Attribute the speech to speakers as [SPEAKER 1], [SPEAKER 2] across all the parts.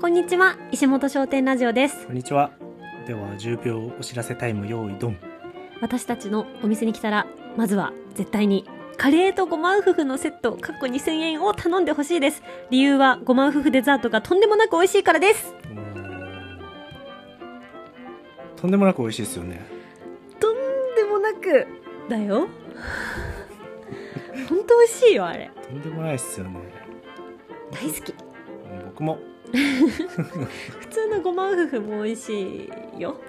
[SPEAKER 1] こんにちは石本商店ラジオです
[SPEAKER 2] こんにちは。では10秒お知らせタイム用意ドン。
[SPEAKER 1] 私たちのお店に来たらまずは絶対にカレーとごまウフフのセットかっこ2000円を頼んでほしいです理由はごまウフフデザートがとんでもなく美味しいからです
[SPEAKER 2] うーんとんでもなく美味しいですよね。
[SPEAKER 1] とんでもなくだよ 本当美味しいよあれ
[SPEAKER 2] とんでもないですよね。
[SPEAKER 1] 大好き
[SPEAKER 2] うん僕も
[SPEAKER 1] 普通のごまウフフも美味しいよ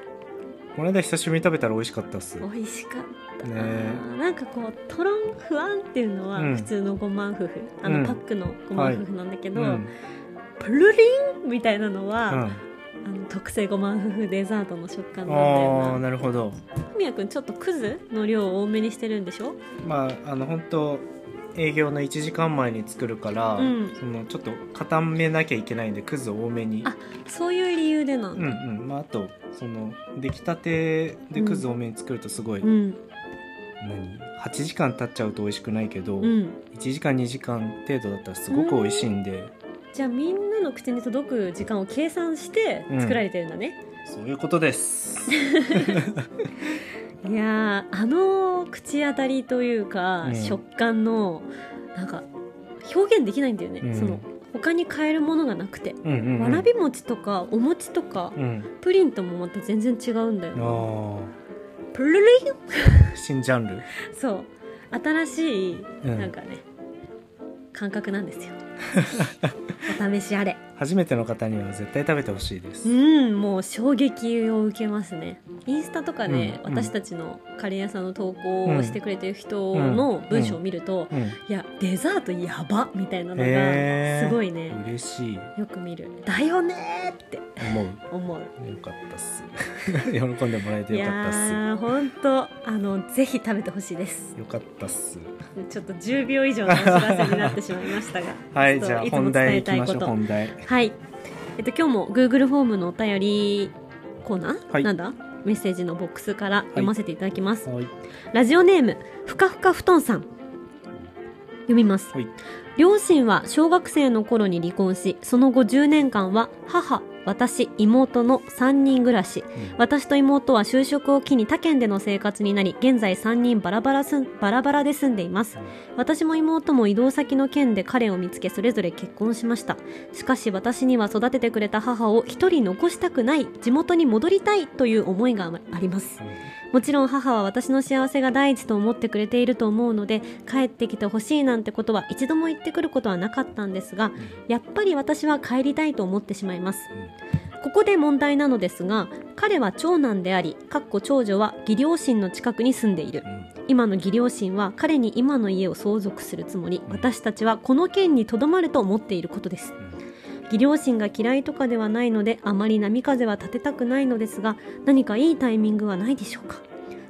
[SPEAKER 2] この間久しぶりに食べたら美味しかったっす。ね
[SPEAKER 1] 美味しかったな、
[SPEAKER 2] え
[SPEAKER 1] なんかこうトロン不安っていうのは
[SPEAKER 2] うん
[SPEAKER 1] 普通のごまウフフ、あ
[SPEAKER 2] うん
[SPEAKER 1] のパックのごまウフフなんだけ
[SPEAKER 2] う
[SPEAKER 1] ど、
[SPEAKER 2] んうん
[SPEAKER 1] プルリンみたいなのは、あの特製ごま夫婦デザートの食感なんだ
[SPEAKER 2] ああ
[SPEAKER 1] よな
[SPEAKER 2] なるほど。
[SPEAKER 1] ふみやくんちょっとクズの量を多めにしてるんでしょ
[SPEAKER 2] まああの本当営業の1時間前に作るから、
[SPEAKER 1] うん
[SPEAKER 2] そのちょっと固めなきゃいけないんでクズ多めに。
[SPEAKER 1] あそういう理由でな
[SPEAKER 2] うん
[SPEAKER 1] だ
[SPEAKER 2] んうん。まああとその出来たてでクズ多めに作るとすごい、
[SPEAKER 1] うんうん、
[SPEAKER 2] 何8時間経っちゃうと美味しくないけど。1時間2時間程度だったらすごく美味しいんで、
[SPEAKER 1] じゃあみんなの口に届く時間を計算して作られてるんだね、
[SPEAKER 2] そういうことです
[SPEAKER 1] いやーあの口当たりというか、
[SPEAKER 2] うん
[SPEAKER 1] 食感のなんか表現できないんだよね、
[SPEAKER 2] うん
[SPEAKER 1] その他に買えるものがなくて、
[SPEAKER 2] うんうん、うん、
[SPEAKER 1] わらび餅とかお餅とか、
[SPEAKER 2] うん
[SPEAKER 1] プリンともまた全然違うんだよ
[SPEAKER 2] あ
[SPEAKER 1] な
[SPEAKER 2] ー
[SPEAKER 1] プルリン
[SPEAKER 2] 新ジャンル
[SPEAKER 1] そう新しい
[SPEAKER 2] うん
[SPEAKER 1] なんかね、感覚なん ですよお試しあれ
[SPEAKER 2] 初めての方には絶対食べてほしいです、
[SPEAKER 1] うんもう衝撃を受けますねインスタとかね、
[SPEAKER 2] うん
[SPEAKER 1] 私たちのカレー屋さんの投稿をしてくれてる人
[SPEAKER 2] う
[SPEAKER 1] の
[SPEAKER 2] ん
[SPEAKER 1] 文章を見ると、
[SPEAKER 2] うん
[SPEAKER 1] いやデザートやばみたいなの
[SPEAKER 2] へ
[SPEAKER 1] が
[SPEAKER 2] ー
[SPEAKER 1] すごいね、
[SPEAKER 2] 嬉しい
[SPEAKER 1] よく見るだよねーって
[SPEAKER 2] 思う
[SPEAKER 1] 思う
[SPEAKER 2] よかったっす 喜んでもらえて
[SPEAKER 1] い
[SPEAKER 2] よ
[SPEAKER 1] や
[SPEAKER 2] かったっす
[SPEAKER 1] ーほんとあのぜひ食べてほしいです
[SPEAKER 2] よかったっす
[SPEAKER 1] ちょっと10秒以上のお知らせになってしまいましたが
[SPEAKER 2] はい
[SPEAKER 1] ちょっと
[SPEAKER 2] じゃあ
[SPEAKER 1] いつも
[SPEAKER 2] 本題
[SPEAKER 1] 伝え
[SPEAKER 2] いき
[SPEAKER 1] たい
[SPEAKER 2] ま
[SPEAKER 1] こ
[SPEAKER 2] しょう
[SPEAKER 1] と
[SPEAKER 2] 本題
[SPEAKER 1] はい。えっと、今日も Google フォームのお便りコーナー、
[SPEAKER 2] はい
[SPEAKER 1] なんだメッセージのボックスから読ませていただきます。
[SPEAKER 2] はい
[SPEAKER 1] ラジオネーム、ふかふか布団さん。読みます。
[SPEAKER 2] はい
[SPEAKER 1] 両親は小学生の頃に離婚し、その後10年間は母、私、妹の3人暮らし。
[SPEAKER 2] うん
[SPEAKER 1] 私と妹は就職を機に他県での生活になり現在3人バラバラすんバラバラで住んでいます私も妹も移動先の県で彼を見つけそれぞれ結婚しましたしかし私には育ててくれた母を一人残したくない地元に戻りたいという思いがありますもちろん母は私の幸せが第一と思ってくれていると思うので帰ってきてほしいなんてことは一度も言ってくることはなかったんですがやっぱり私は帰りたいと思ってしまいますここで問題なのですが彼は長男でありかっこ長女は義両親の近くに住んでいる
[SPEAKER 2] うんうん
[SPEAKER 1] 今の義両親は彼に今の家を相続するつもり私たちはこの件にとどまると思っていることです義両親が嫌いとかではないのであまり波風は立てたくないのですが何かいいタイミングはないでしょうか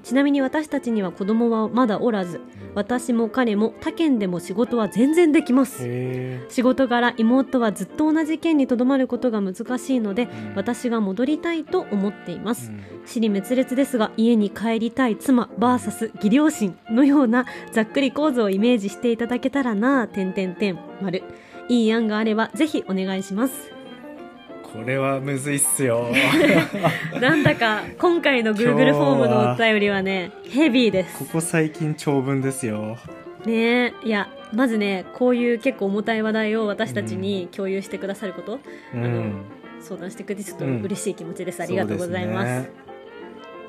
[SPEAKER 1] ちなみに私たちには子供はまだおらず私も彼も他県でも仕事は全然できます
[SPEAKER 2] へ
[SPEAKER 1] 仕事柄妹はずっと同じ県にとどまることが難しいので
[SPEAKER 2] え、うん、
[SPEAKER 1] 私が戻りたいと思っています
[SPEAKER 2] うん
[SPEAKER 1] 尻滅裂ですが家に帰りたい妻 VS 義両親のようなざっくり構図をイメージしていただけたらなあ点点点丸いい案があればぜひお願いします
[SPEAKER 2] これはむずいっすよ
[SPEAKER 1] なんだか今回の Google フォームのお便りはねヘビーで
[SPEAKER 2] こ
[SPEAKER 1] す
[SPEAKER 2] こ最近長文ですよ
[SPEAKER 1] ねえいやまずねこういう結構重たい話題を私たちに共有してくださること、
[SPEAKER 2] う
[SPEAKER 1] あ
[SPEAKER 2] ん
[SPEAKER 1] の相談してくれてちょっと
[SPEAKER 2] うん
[SPEAKER 1] 嬉しい気持ちです、あ
[SPEAKER 2] そ
[SPEAKER 1] りがとうございます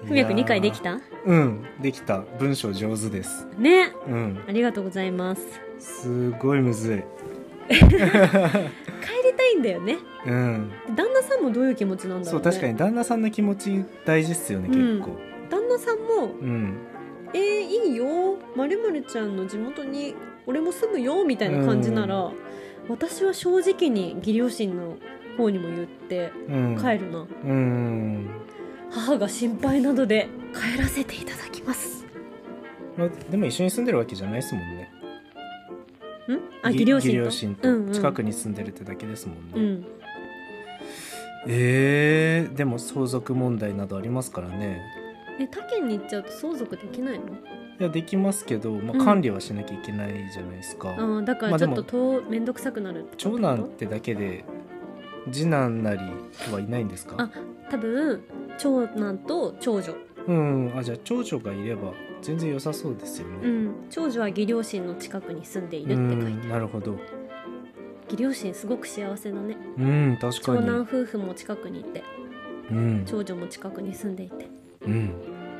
[SPEAKER 1] ふみやくん理解でき
[SPEAKER 2] た
[SPEAKER 1] た
[SPEAKER 2] うんできた文章上手です
[SPEAKER 1] ね
[SPEAKER 2] うん
[SPEAKER 1] ありがとうございます
[SPEAKER 2] すごいむずい
[SPEAKER 1] 帰りたいんだよね
[SPEAKER 2] うん
[SPEAKER 1] 旦那さんもどういう気持ちなんだ
[SPEAKER 2] そ
[SPEAKER 1] ろう、ね、
[SPEAKER 2] う確かに旦那さんの気持ち大事っすよね
[SPEAKER 1] うん
[SPEAKER 2] 結構
[SPEAKER 1] 旦那さんも
[SPEAKER 2] うん
[SPEAKER 1] 「えー、いいよまるまるちゃんの地元に俺も住むよ」みたいな感じなら、私は正直に義両親の方にも言って
[SPEAKER 2] うん
[SPEAKER 1] 帰るな、
[SPEAKER 2] うん
[SPEAKER 1] 母が心配などで帰らせていただきますん
[SPEAKER 2] まあでも一緒に住んでるわけじゃないですもんね
[SPEAKER 1] あ
[SPEAKER 2] ぎ
[SPEAKER 1] 義両親と
[SPEAKER 2] 義両
[SPEAKER 1] う
[SPEAKER 2] 親
[SPEAKER 1] んう
[SPEAKER 2] と
[SPEAKER 1] ん
[SPEAKER 2] 近くに住んでるってだけですもん
[SPEAKER 1] う
[SPEAKER 2] ね
[SPEAKER 1] ん
[SPEAKER 2] えーでも相続問題などありますからね
[SPEAKER 1] え他県に行っちゃうと相続できないの
[SPEAKER 2] いやできますけどま
[SPEAKER 1] うん
[SPEAKER 2] あ管理はしなきゃいけないじゃないですか
[SPEAKER 1] あーだか
[SPEAKER 2] ま
[SPEAKER 1] ら
[SPEAKER 2] あ
[SPEAKER 1] ち
[SPEAKER 2] で
[SPEAKER 1] ょっ
[SPEAKER 2] も
[SPEAKER 1] と遠面倒くさくなるってこと
[SPEAKER 2] 長男ってだけで次男なりはいないんですか
[SPEAKER 1] あ多分長男と長女
[SPEAKER 2] うんあじゃあ長女がいれば全然良さそうですよね、
[SPEAKER 1] うん長女は義両親の近くに住んでいるって書いてあ
[SPEAKER 2] う
[SPEAKER 1] る
[SPEAKER 2] んなるほど
[SPEAKER 1] 義両親すごく幸せだね
[SPEAKER 2] うん確
[SPEAKER 1] 長
[SPEAKER 2] か
[SPEAKER 1] 男
[SPEAKER 2] に
[SPEAKER 1] 夫婦も近くにいて
[SPEAKER 2] うん、
[SPEAKER 1] 長女も近くに住んでいて
[SPEAKER 2] うん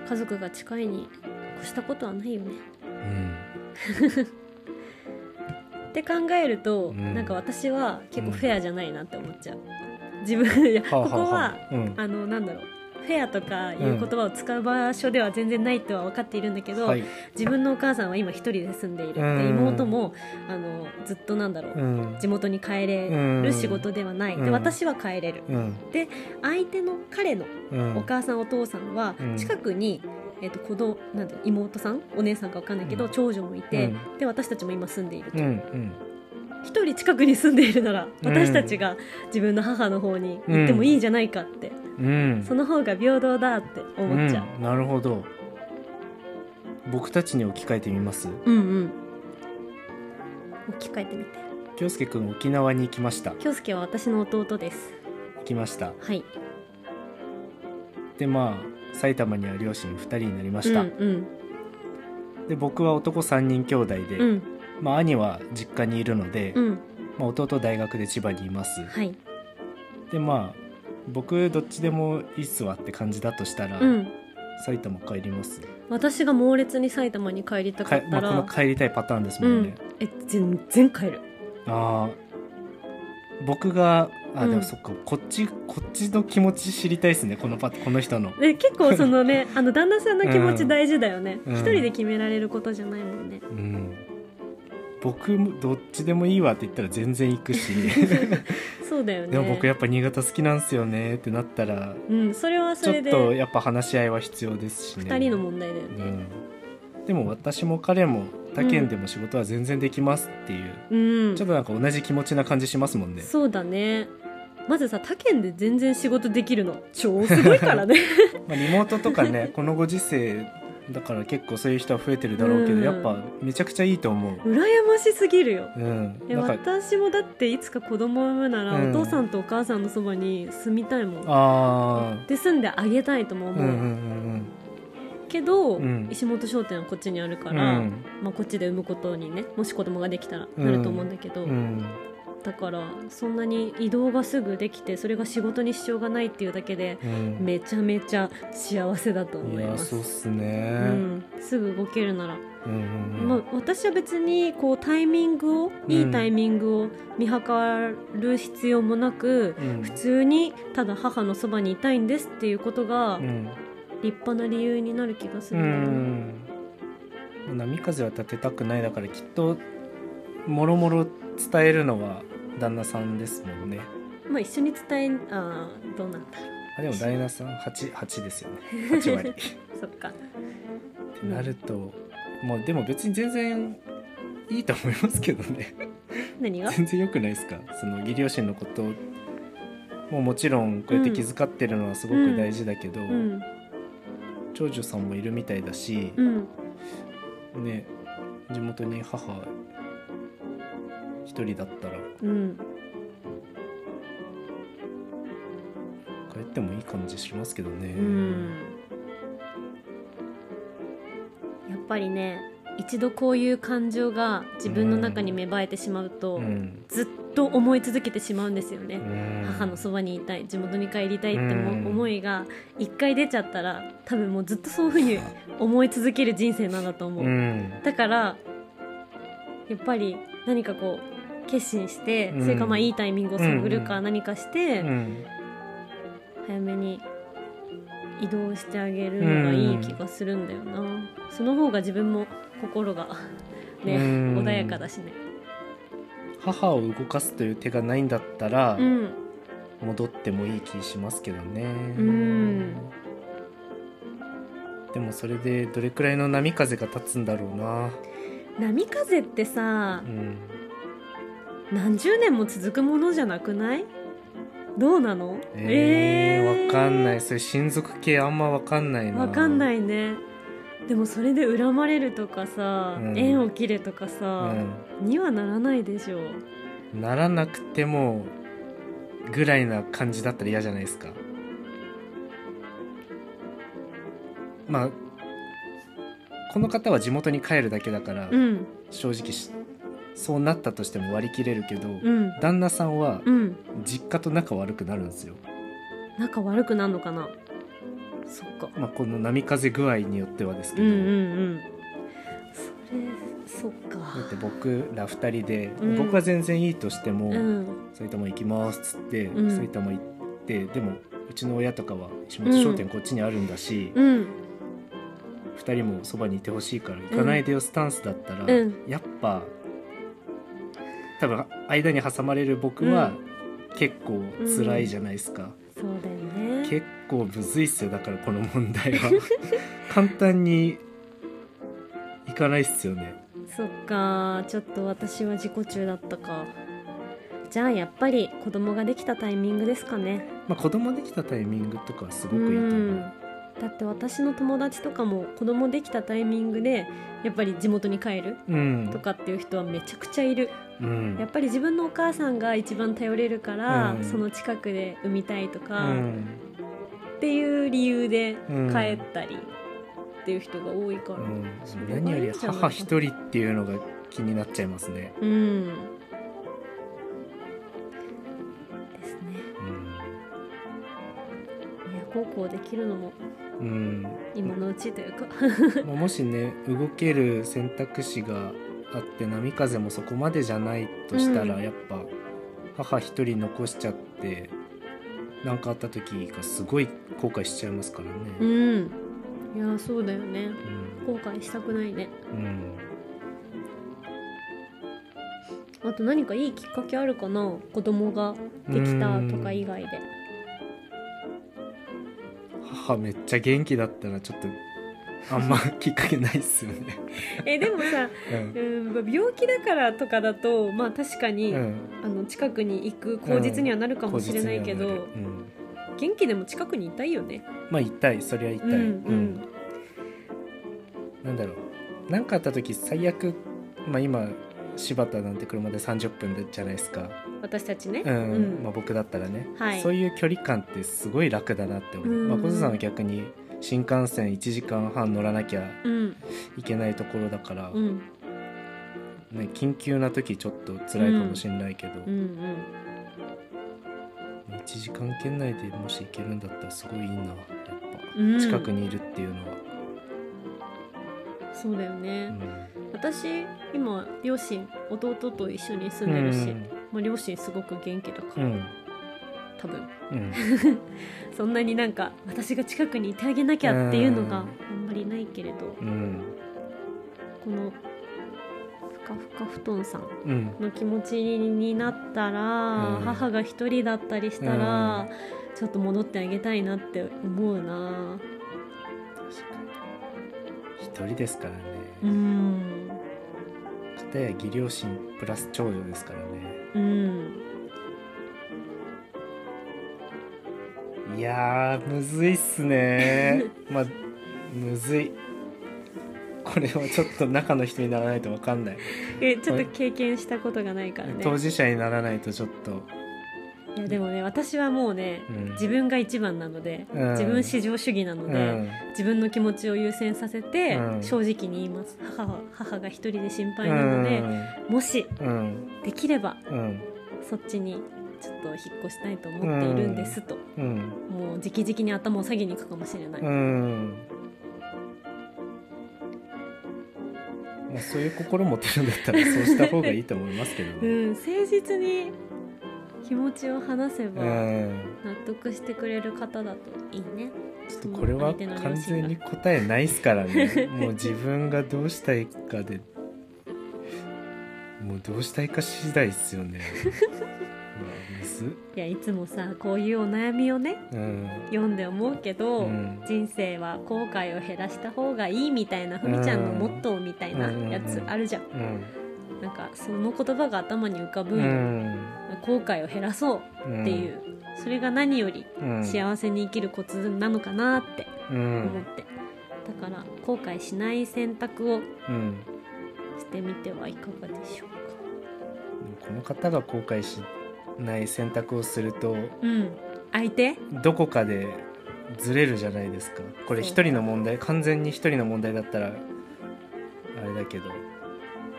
[SPEAKER 1] 家族が近いに越したことはないよね
[SPEAKER 2] うん、
[SPEAKER 1] って考えると、
[SPEAKER 2] うん
[SPEAKER 1] なんか私は結構フェアじゃないなって思っちゃう、自分いやここは
[SPEAKER 2] うん
[SPEAKER 1] あのなんだろうフェアとかいう言葉を使う場所では全然ないとは分かっているんだけど、
[SPEAKER 2] はい
[SPEAKER 1] 自分のお母さんは今一人で住んでいる、で
[SPEAKER 2] うん
[SPEAKER 1] 妹もあのずっとなんだろ
[SPEAKER 2] う
[SPEAKER 1] う、
[SPEAKER 2] ん
[SPEAKER 1] 地元に帰れ
[SPEAKER 2] う
[SPEAKER 1] る
[SPEAKER 2] ん
[SPEAKER 1] 仕事ではない、
[SPEAKER 2] う
[SPEAKER 1] で
[SPEAKER 2] ん
[SPEAKER 1] 私は帰れる
[SPEAKER 2] うん
[SPEAKER 1] 相手の彼の
[SPEAKER 2] うん
[SPEAKER 1] お母さんお父さんは
[SPEAKER 2] うん
[SPEAKER 1] 近くに、えっと子供なんて妹さんお姉さんか分かんないけど、
[SPEAKER 2] うん
[SPEAKER 1] 長女もいて、
[SPEAKER 2] うん
[SPEAKER 1] で私たちも今住んでいると
[SPEAKER 2] うんうん
[SPEAKER 1] 一人近くに住んでいるなら
[SPEAKER 2] うん
[SPEAKER 1] 私たちが自分の母の方に行ってもいいじゃないかって、
[SPEAKER 2] うん
[SPEAKER 1] その方が平等だって思っちゃう、
[SPEAKER 2] うん、なるほど僕たちに置き換えてみます
[SPEAKER 1] うん、うん置き換えてみて
[SPEAKER 2] 京介くん沖縄に行きました
[SPEAKER 1] 京介は私の弟です
[SPEAKER 2] 行きました
[SPEAKER 1] はい
[SPEAKER 2] でまあ埼玉には両親2人になりました、
[SPEAKER 1] うん
[SPEAKER 2] で僕は男3人兄弟で、
[SPEAKER 1] うんうん
[SPEAKER 2] まあ、兄は実家にいるので、
[SPEAKER 1] うん
[SPEAKER 2] まあ、弟大学で千葉にいます
[SPEAKER 1] はい
[SPEAKER 2] でまあ僕どっちでもいいっすわって感じだとしたら、
[SPEAKER 1] うん
[SPEAKER 2] 埼玉帰ります
[SPEAKER 1] 私が猛烈に埼玉に帰りたか
[SPEAKER 2] か
[SPEAKER 1] った
[SPEAKER 2] ま
[SPEAKER 1] ら、
[SPEAKER 2] あ、この帰りたいパターンです
[SPEAKER 1] う
[SPEAKER 2] もん
[SPEAKER 1] ん
[SPEAKER 2] ね、
[SPEAKER 1] え全然帰る
[SPEAKER 2] ああ僕があで
[SPEAKER 1] うん
[SPEAKER 2] もそっか、こっちこっちの気持ち知りたいですねこのパこの人の
[SPEAKER 1] で結構その ねあの旦那さんの気持ち大事だよね、
[SPEAKER 2] うん
[SPEAKER 1] 一人で決められることじゃないもんね
[SPEAKER 2] うん僕もどっちでもいいわって言ったら全然行 くし
[SPEAKER 1] そうだよね
[SPEAKER 2] でも僕やっぱ新潟好きなんすよねってなったら
[SPEAKER 1] うんそれは
[SPEAKER 2] ち
[SPEAKER 1] そ
[SPEAKER 2] ょ
[SPEAKER 1] れ
[SPEAKER 2] っ
[SPEAKER 1] で
[SPEAKER 2] とやっぱ話し合いは必要ですしね
[SPEAKER 1] 二人の問題だよね、
[SPEAKER 2] うん、でも私も彼も他県でも仕事は全然できますっていう、
[SPEAKER 1] うん
[SPEAKER 2] ちょっとなんか同じ気持ちな感じしますもんね
[SPEAKER 1] そうだねまずさ他県で全然仕事できるの超すごいから ね
[SPEAKER 2] まあ、リモートとか ねこのご時世だから結構そういう人は増えてるだろうけど、
[SPEAKER 1] うん
[SPEAKER 2] やっぱめちゃくちゃいいと思う。
[SPEAKER 1] 羨ましすぎるよ
[SPEAKER 2] うん、
[SPEAKER 1] え
[SPEAKER 2] なんか
[SPEAKER 1] 私もだっていつか子供を産むなら、
[SPEAKER 2] うん
[SPEAKER 1] お父さんとお母さんのそばに住みたいもん
[SPEAKER 2] あ
[SPEAKER 1] で住んであげたいとも
[SPEAKER 2] あう
[SPEAKER 1] 思
[SPEAKER 2] ん
[SPEAKER 1] う、
[SPEAKER 2] うんうん
[SPEAKER 1] けど、
[SPEAKER 2] うん
[SPEAKER 1] 石本商店はこっちにあるか
[SPEAKER 2] うんう
[SPEAKER 1] ら、
[SPEAKER 2] ん
[SPEAKER 1] まあ、こっちで産むことにねもし子供ができたらなると思うんだけど、
[SPEAKER 2] うん
[SPEAKER 1] だからそんなに移動がすぐできてそれが仕事に支障がないっていうだけで
[SPEAKER 2] うん
[SPEAKER 1] めちゃめちゃ幸せだと思
[SPEAKER 2] い
[SPEAKER 1] い
[SPEAKER 2] や
[SPEAKER 1] ます
[SPEAKER 2] そうっすね、う
[SPEAKER 1] うんん、すぐ動けるなら、
[SPEAKER 2] うんうん
[SPEAKER 1] まあ、私は別にこうタイミングをいいタイミングを見計る必要もなく、
[SPEAKER 2] うん
[SPEAKER 1] 普通にただ母のそばにいたいんですっていうことが
[SPEAKER 2] うん
[SPEAKER 1] 立派な理由になる気がす
[SPEAKER 2] う
[SPEAKER 1] るんだよね
[SPEAKER 2] ん波風は立てたくないだからきっともろもろ伝えるのは旦那さんですもんね
[SPEAKER 1] まあ、一緒に伝えあーどうなんだろ
[SPEAKER 2] あでも旦那さん 8, 八ですよね8 割
[SPEAKER 1] うそっか
[SPEAKER 2] ってなると、もうでも別に全然いいと思いますけどね
[SPEAKER 1] 何が
[SPEAKER 2] 全然良くないですかその義両親のことももちろんこうやって気遣ってるのはすごく大事だけど、
[SPEAKER 1] うん
[SPEAKER 2] 長女さんもいるみたいだし、
[SPEAKER 1] うん
[SPEAKER 2] ね地元に母一人だったら
[SPEAKER 1] うん
[SPEAKER 2] 帰ってもいい感じしますけどね。
[SPEAKER 1] うんやっぱりね一度こういう感情が自分の中に芽生えてしまうと、
[SPEAKER 2] うん
[SPEAKER 1] ずっと思い続けてしまうんですよね、
[SPEAKER 2] うん
[SPEAKER 1] 母のそばにいたい地元に帰りたいっても
[SPEAKER 2] うん
[SPEAKER 1] 思いが一回出ちゃったら多分もうずっとそういうふうに思い続ける人生なんだと思う、
[SPEAKER 2] うん
[SPEAKER 1] だからやっぱり何かこう決心して、
[SPEAKER 2] うん
[SPEAKER 1] それかまあいいタイミングを探るか何かして、
[SPEAKER 2] うん
[SPEAKER 1] 早めに移動してあげるのがいい気がするんだよな、その方が自分も心がね、
[SPEAKER 2] うん
[SPEAKER 1] 穏やかだしね
[SPEAKER 2] 母を動かすという手がないんだったら、
[SPEAKER 1] うん
[SPEAKER 2] 戻ってもいい気しますけどね、
[SPEAKER 1] ん
[SPEAKER 2] でもそれでどれくらいの波風が立つんだろうな、
[SPEAKER 1] 波風ってさ
[SPEAKER 2] うん、
[SPEAKER 1] 何十年も続くものじゃなくないどうなの
[SPEAKER 2] えー、わかんない
[SPEAKER 1] い
[SPEAKER 2] それ親族系あんまわかんないな、
[SPEAKER 1] わかんないいねでもそれで恨まれるとかさ、
[SPEAKER 2] うん
[SPEAKER 1] 縁を切れとか
[SPEAKER 2] う
[SPEAKER 1] さ、
[SPEAKER 2] ん、
[SPEAKER 1] にはならないでしょう
[SPEAKER 2] ならなくてもぐらいな感じだったら嫌じゃないですかまあこの方は地元に帰るだけだから、
[SPEAKER 1] うん
[SPEAKER 2] 正直しそうなったとしても割り切れるけど、
[SPEAKER 1] うん
[SPEAKER 2] 旦那さんは
[SPEAKER 1] うん
[SPEAKER 2] 実家と仲悪くなるんですよ、
[SPEAKER 1] 仲悪くなるのかなそっか
[SPEAKER 2] まあ、この波風具合によってはです
[SPEAKER 1] う
[SPEAKER 2] け
[SPEAKER 1] ん
[SPEAKER 2] ど、
[SPEAKER 1] うんうんそれそっか
[SPEAKER 2] だって僕ら2人で、
[SPEAKER 1] うん
[SPEAKER 2] 僕は全然いいとしても、
[SPEAKER 1] うん
[SPEAKER 2] 埼玉行きますっつって、
[SPEAKER 1] うん
[SPEAKER 2] 埼玉行ってでもうちの親とかは石本商店こっちにあるんだし、
[SPEAKER 1] うん
[SPEAKER 2] 2人もそばにいてほしいから行かないでよスタンスだったら、
[SPEAKER 1] うん
[SPEAKER 2] やっぱ多分間に挟まれる僕は結構辛いじゃないですか、
[SPEAKER 1] そうだよね
[SPEAKER 2] 結構むずいっすよだからこの問題 は簡単にいかないっすよね
[SPEAKER 1] そっかちょっと私は自己中だったかじゃあやっぱり子供ができたタイミングですかね
[SPEAKER 2] まあ子供できたタイミングとかはすご
[SPEAKER 1] う
[SPEAKER 2] くいいと思う、
[SPEAKER 1] んだって私の友達とかも子供できたタイミングでやっぱり地元に帰る
[SPEAKER 2] うん
[SPEAKER 1] とかっていう人はめちゃくちゃいる
[SPEAKER 2] うん
[SPEAKER 1] やっぱり自分のお母さんが一番頼れるから、
[SPEAKER 2] うん
[SPEAKER 1] その近くで産みたいと
[SPEAKER 2] う
[SPEAKER 1] か、
[SPEAKER 2] ん
[SPEAKER 1] っていう理由で
[SPEAKER 2] うん
[SPEAKER 1] 帰ったりっていう人が多いから、
[SPEAKER 2] うん、何より母一人っていうのが気になっちゃいますね、
[SPEAKER 1] うん。ですね。
[SPEAKER 2] う
[SPEAKER 1] いや、高校できるのも
[SPEAKER 2] ん
[SPEAKER 1] 今のうちというか。
[SPEAKER 2] まあもしね動ける選択肢があって波風もそこまでじゃないとしたら、
[SPEAKER 1] うん
[SPEAKER 2] やっぱ母一人残しちゃって何かあった時がすごい後悔しちゃいますからね。
[SPEAKER 1] うん。いや、そうだよね。
[SPEAKER 2] うん
[SPEAKER 1] 後悔したくないね。
[SPEAKER 2] うん
[SPEAKER 1] あと何かいいきっかけあるかな子供ができたとか以外で。
[SPEAKER 2] 母めっちゃ元気だったらちょっとあ んまきっかけないっすよね。
[SPEAKER 1] え、でもさ、
[SPEAKER 2] うん
[SPEAKER 1] うん、病気だからとかだと、まあ確かに、
[SPEAKER 2] うん
[SPEAKER 1] あの近くに行く口実にはなるかもしれないけど、
[SPEAKER 2] 口実にはなるうん
[SPEAKER 1] 元気でも近くにいたいよね。
[SPEAKER 2] まあ痛いそりゃ痛
[SPEAKER 1] う
[SPEAKER 2] い、
[SPEAKER 1] ん
[SPEAKER 2] うんなんだろう何かあった時最悪、まあ、今柴田なんて車で30分でじゃないですか、
[SPEAKER 1] 私たちね。
[SPEAKER 2] うん
[SPEAKER 1] うん
[SPEAKER 2] まあ、僕だったらね、
[SPEAKER 1] はい
[SPEAKER 2] そういう距離感ってすごい楽だなって思う、
[SPEAKER 1] うん
[SPEAKER 2] まあ、小津さんは逆に新幹線1時間半乗らなきゃ
[SPEAKER 1] うん。
[SPEAKER 2] いけないところだから、
[SPEAKER 1] うん。
[SPEAKER 2] ね、緊急な時ちょっと辛いかもしれないけど、
[SPEAKER 1] うん。うん。
[SPEAKER 2] 1時間圏内でもし行けるんだったらすごいいいなやっぱ、
[SPEAKER 1] うん
[SPEAKER 2] 近くにいるっていうのは。
[SPEAKER 1] そうだよ
[SPEAKER 2] う
[SPEAKER 1] ね、
[SPEAKER 2] ん
[SPEAKER 1] 私今両親弟と一緒に住んでるし、
[SPEAKER 2] うん
[SPEAKER 1] まあ、両親すごく元気だ
[SPEAKER 2] う
[SPEAKER 1] から、
[SPEAKER 2] ん
[SPEAKER 1] 多分
[SPEAKER 2] うん
[SPEAKER 1] そんなになんか私が近くにいてあげなきゃっていうのが
[SPEAKER 2] うん
[SPEAKER 1] あんまりないけれど、
[SPEAKER 2] うん
[SPEAKER 1] このふかふか布団さん
[SPEAKER 2] うん
[SPEAKER 1] の気持ちになったら、
[SPEAKER 2] うん
[SPEAKER 1] 母が一人だったりしたら、ちょっと戻ってあげたいなって思うな
[SPEAKER 2] 一人ですからね、
[SPEAKER 1] うん
[SPEAKER 2] 片や義両親プラス長女ですからね
[SPEAKER 1] うん
[SPEAKER 2] いやーむずいっす ねまあむずいこれはちょっと中の人にならないと分かんない、
[SPEAKER 1] えちょっと経験したことがないからね
[SPEAKER 2] 当事者にならないとちょっと
[SPEAKER 1] いやでもね私はもうね、
[SPEAKER 2] うん
[SPEAKER 1] 自分が一番なので、
[SPEAKER 2] うん
[SPEAKER 1] 自分至上主義なの
[SPEAKER 2] う
[SPEAKER 1] で、
[SPEAKER 2] ん
[SPEAKER 1] 自分の気持ちを優先させて、
[SPEAKER 2] うん
[SPEAKER 1] 正直に言います母は母が一人で心配なので、もし
[SPEAKER 2] うんうん
[SPEAKER 1] できれば
[SPEAKER 2] うん
[SPEAKER 1] そっちにちょっと引っ越したいと思っているんですと、
[SPEAKER 2] うん
[SPEAKER 1] もう直々に頭を下げに行くかもしれない、
[SPEAKER 2] うんまあそういう心持ってるんだったらそうした方がいいと思いますけど
[SPEAKER 1] う
[SPEAKER 2] ね
[SPEAKER 1] ん、誠実に気持ちを話せば、
[SPEAKER 2] うん
[SPEAKER 1] 納得してくれる方だといいね
[SPEAKER 2] ちょっとこれは
[SPEAKER 1] 相手の両親
[SPEAKER 2] 完
[SPEAKER 1] が
[SPEAKER 2] 全に答えないっすからねもう自分がどうしたいかでもうどうしたいか次第っすよねうわむずっ
[SPEAKER 1] いやいつもさこういうお悩みをね
[SPEAKER 2] うん
[SPEAKER 1] 読んで思うけど、
[SPEAKER 2] うん
[SPEAKER 1] 人生は後悔を減らした方がいいみたいなふみちゃんのモットーみたいなやつあるじゃん、
[SPEAKER 2] うん
[SPEAKER 1] なんかその言葉が頭に浮かぶ
[SPEAKER 2] うん
[SPEAKER 1] よ、
[SPEAKER 2] ん
[SPEAKER 1] 後悔を減らそう
[SPEAKER 2] うん
[SPEAKER 1] っていう、それが何より
[SPEAKER 2] うん
[SPEAKER 1] 幸せに生きるコツなのかなって
[SPEAKER 2] う
[SPEAKER 1] 思っ
[SPEAKER 2] ん
[SPEAKER 1] て、だから後悔しない選択を
[SPEAKER 2] うんで
[SPEAKER 1] してみてはいかがでしょう
[SPEAKER 2] もこの方が後悔しない選択をすると
[SPEAKER 1] うん相手
[SPEAKER 2] どこかでずれるじゃないですかこれ
[SPEAKER 1] そう
[SPEAKER 2] 一人の問題完全に一人の問題だったらあれだけど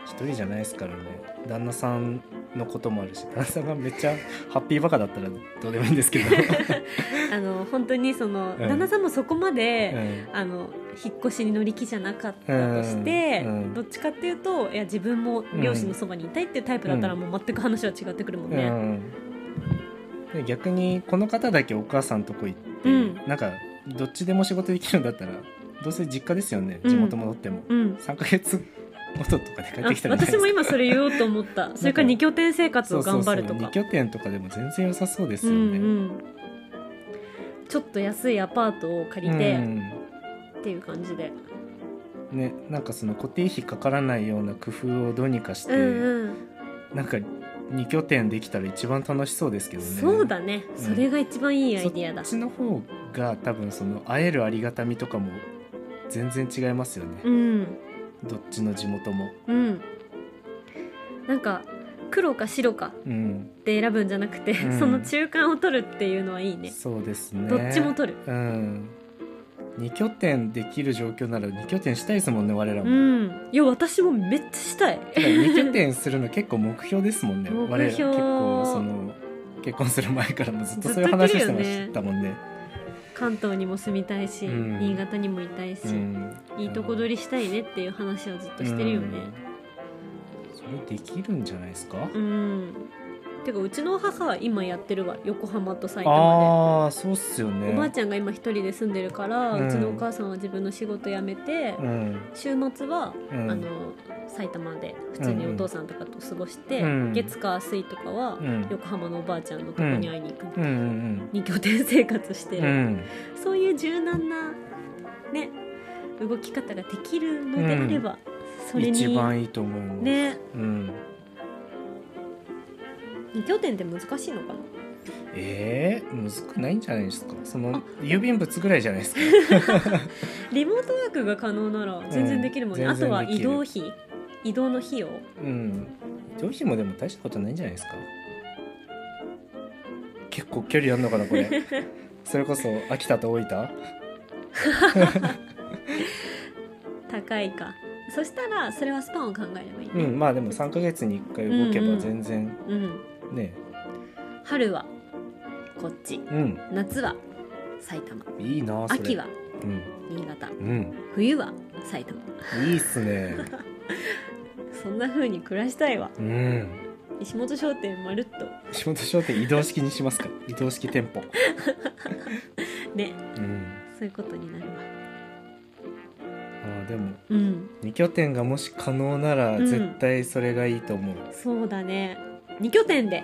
[SPEAKER 2] 一人じゃないですからね旦那さんのこともあるし旦那さんがめっちゃハッピーバカだったらどうでもいいんで すけど、
[SPEAKER 1] あの本当にその、
[SPEAKER 2] うん
[SPEAKER 1] 旦那さんもそこまで、
[SPEAKER 2] うん
[SPEAKER 1] あの引っ越しに乗り気じゃなかったとして、
[SPEAKER 2] うんうん
[SPEAKER 1] どっちかっていうといや自分も両親のそばにいたいっていうタイプだったら、
[SPEAKER 2] うん
[SPEAKER 1] もう全く話は違ってくるもん
[SPEAKER 2] う
[SPEAKER 1] ね。
[SPEAKER 2] ん、で逆にこの方だけお母さんとこ行って、
[SPEAKER 1] うん
[SPEAKER 2] なんかどっちでも仕事できるんだったらどうせ実家ですよね
[SPEAKER 1] うん
[SPEAKER 2] 地元戻っても、
[SPEAKER 1] うん、
[SPEAKER 2] 3ヶ月ごととかで帰ってきた
[SPEAKER 1] あ
[SPEAKER 2] ら
[SPEAKER 1] 私も今それ言おうと思ったそれから二拠点生活を頑張ると
[SPEAKER 2] そうそうそう
[SPEAKER 1] か
[SPEAKER 2] 二拠点とかでも全然良さそうです
[SPEAKER 1] う
[SPEAKER 2] よ
[SPEAKER 1] ん
[SPEAKER 2] ね、
[SPEAKER 1] うんちょっと安いアパートを借りて、っていう感じで
[SPEAKER 2] うんねなんかその固定費かからないような工夫をどうにかして、
[SPEAKER 1] うんうん、
[SPEAKER 2] なんか2拠点できたら一番楽しそうですけどね
[SPEAKER 1] そうだね、それが一番いいアイディアだ
[SPEAKER 2] そっちの方が多分その会えるありがたみとかも全然違いますよね、
[SPEAKER 1] うん
[SPEAKER 2] どっちの地元も
[SPEAKER 1] うんなんか黒か白か
[SPEAKER 2] うん
[SPEAKER 1] って選ぶんじゃなくて、
[SPEAKER 2] うん
[SPEAKER 1] その中間を取るっていうのはいいね
[SPEAKER 2] そうですね
[SPEAKER 1] どっちも取る
[SPEAKER 2] うん2拠点できる状況なら2拠点したいですもんね我ら
[SPEAKER 1] う
[SPEAKER 2] も、だ
[SPEAKER 1] んいや私もめっちゃしたい
[SPEAKER 2] から2拠点するの結構目標ですもんね
[SPEAKER 1] 目標
[SPEAKER 2] 我ら結構その結婚する前からもずっとそういう
[SPEAKER 1] ず
[SPEAKER 2] 話
[SPEAKER 1] っと
[SPEAKER 2] し
[SPEAKER 1] 言って
[SPEAKER 2] て
[SPEAKER 1] るよ
[SPEAKER 2] ま
[SPEAKER 1] ね
[SPEAKER 2] したもんね
[SPEAKER 1] 関東にも住みたいし、
[SPEAKER 2] うん
[SPEAKER 1] 新潟にもいたいし、
[SPEAKER 2] うん
[SPEAKER 1] いいとこ取りしたいねっていう話をずっとしてるよね
[SPEAKER 2] うんそれできるんじゃないですか、
[SPEAKER 1] うん、てかうちの母は今やってるわ横浜と埼玉
[SPEAKER 2] ああそうっすよ
[SPEAKER 1] で、
[SPEAKER 2] ね
[SPEAKER 1] おばあちゃんが今一人で住んでるから、う
[SPEAKER 2] うん
[SPEAKER 1] ちのお母さんは自分の仕事辞めて、
[SPEAKER 2] うん
[SPEAKER 1] 週末は、
[SPEAKER 2] うん
[SPEAKER 1] あの埼玉で普通にお父さんとかと過ごして、
[SPEAKER 2] うん
[SPEAKER 1] 月火水とかは、
[SPEAKER 2] うん
[SPEAKER 1] 横浜のおばあちゃんのとこに会いに行くみた
[SPEAKER 2] う
[SPEAKER 1] い
[SPEAKER 2] ん
[SPEAKER 1] な、二拠点生活して
[SPEAKER 2] うんうんう
[SPEAKER 1] る、
[SPEAKER 2] ん
[SPEAKER 1] そういう柔軟なね動き方ができるのであれば、それに
[SPEAKER 2] 一番いいと思います、
[SPEAKER 1] ね
[SPEAKER 2] うん
[SPEAKER 1] 二拠点って難しいのかな
[SPEAKER 2] えー、むずくないんじゃないですかその郵便物ぐらいじゃないですか
[SPEAKER 1] リモートワークが可能なら全然できるもんね、
[SPEAKER 2] うん
[SPEAKER 1] あとは
[SPEAKER 2] 全然
[SPEAKER 1] 移
[SPEAKER 2] できる
[SPEAKER 1] 動費移動の費用
[SPEAKER 2] うん上司もでも大したことないんじゃないですか結構距離あんのかなこ れそれこそ秋田と大分
[SPEAKER 1] 高いかそしたらそれはスパンを考えればいいね
[SPEAKER 2] うんまあでも3ヶ月に1回動け
[SPEAKER 1] うんう
[SPEAKER 2] ば
[SPEAKER 1] ん
[SPEAKER 2] 全然
[SPEAKER 1] うん、
[SPEAKER 2] ね
[SPEAKER 1] 春はこっち
[SPEAKER 2] うん、
[SPEAKER 1] 夏は埼玉
[SPEAKER 2] いいなそれ
[SPEAKER 1] 秋は
[SPEAKER 2] うん
[SPEAKER 1] 新潟
[SPEAKER 2] うん
[SPEAKER 1] 冬は埼玉
[SPEAKER 2] いいっすね
[SPEAKER 1] そんな風に暮らしたいわ
[SPEAKER 2] うん
[SPEAKER 1] 石本商店まるっと
[SPEAKER 2] 仕事商店移動式にしますか移動式店舗
[SPEAKER 1] ね
[SPEAKER 2] うん
[SPEAKER 1] そういうことになるわ
[SPEAKER 2] あーでも
[SPEAKER 1] うん
[SPEAKER 2] 2拠点がもし可能なら
[SPEAKER 1] うん
[SPEAKER 2] 絶対それがいいと思う、
[SPEAKER 1] そうだね二拠点で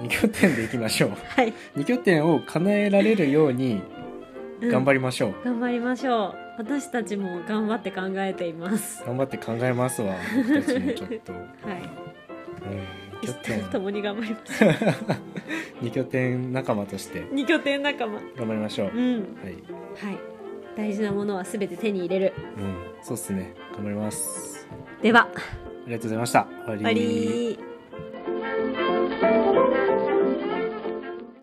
[SPEAKER 2] 2拠点でいきましょう
[SPEAKER 1] はい、
[SPEAKER 2] 2拠点を叶えられるように
[SPEAKER 1] うん
[SPEAKER 2] 頑張りましょう、
[SPEAKER 1] 頑張りましょう私たちも頑張って考えています
[SPEAKER 2] 頑張って考えますわ僕たちもちょっと、うん
[SPEAKER 1] はい
[SPEAKER 2] 2拠点
[SPEAKER 1] 共に頑張りましょう
[SPEAKER 2] 2拠点仲間として
[SPEAKER 1] 二拠点仲間
[SPEAKER 2] 頑張りましょう、
[SPEAKER 1] うん
[SPEAKER 2] はい、
[SPEAKER 1] はい大事なものは全て手に入れる
[SPEAKER 2] うん、そうっすね頑張ります
[SPEAKER 1] では
[SPEAKER 2] ありがとうございました終
[SPEAKER 1] 終わり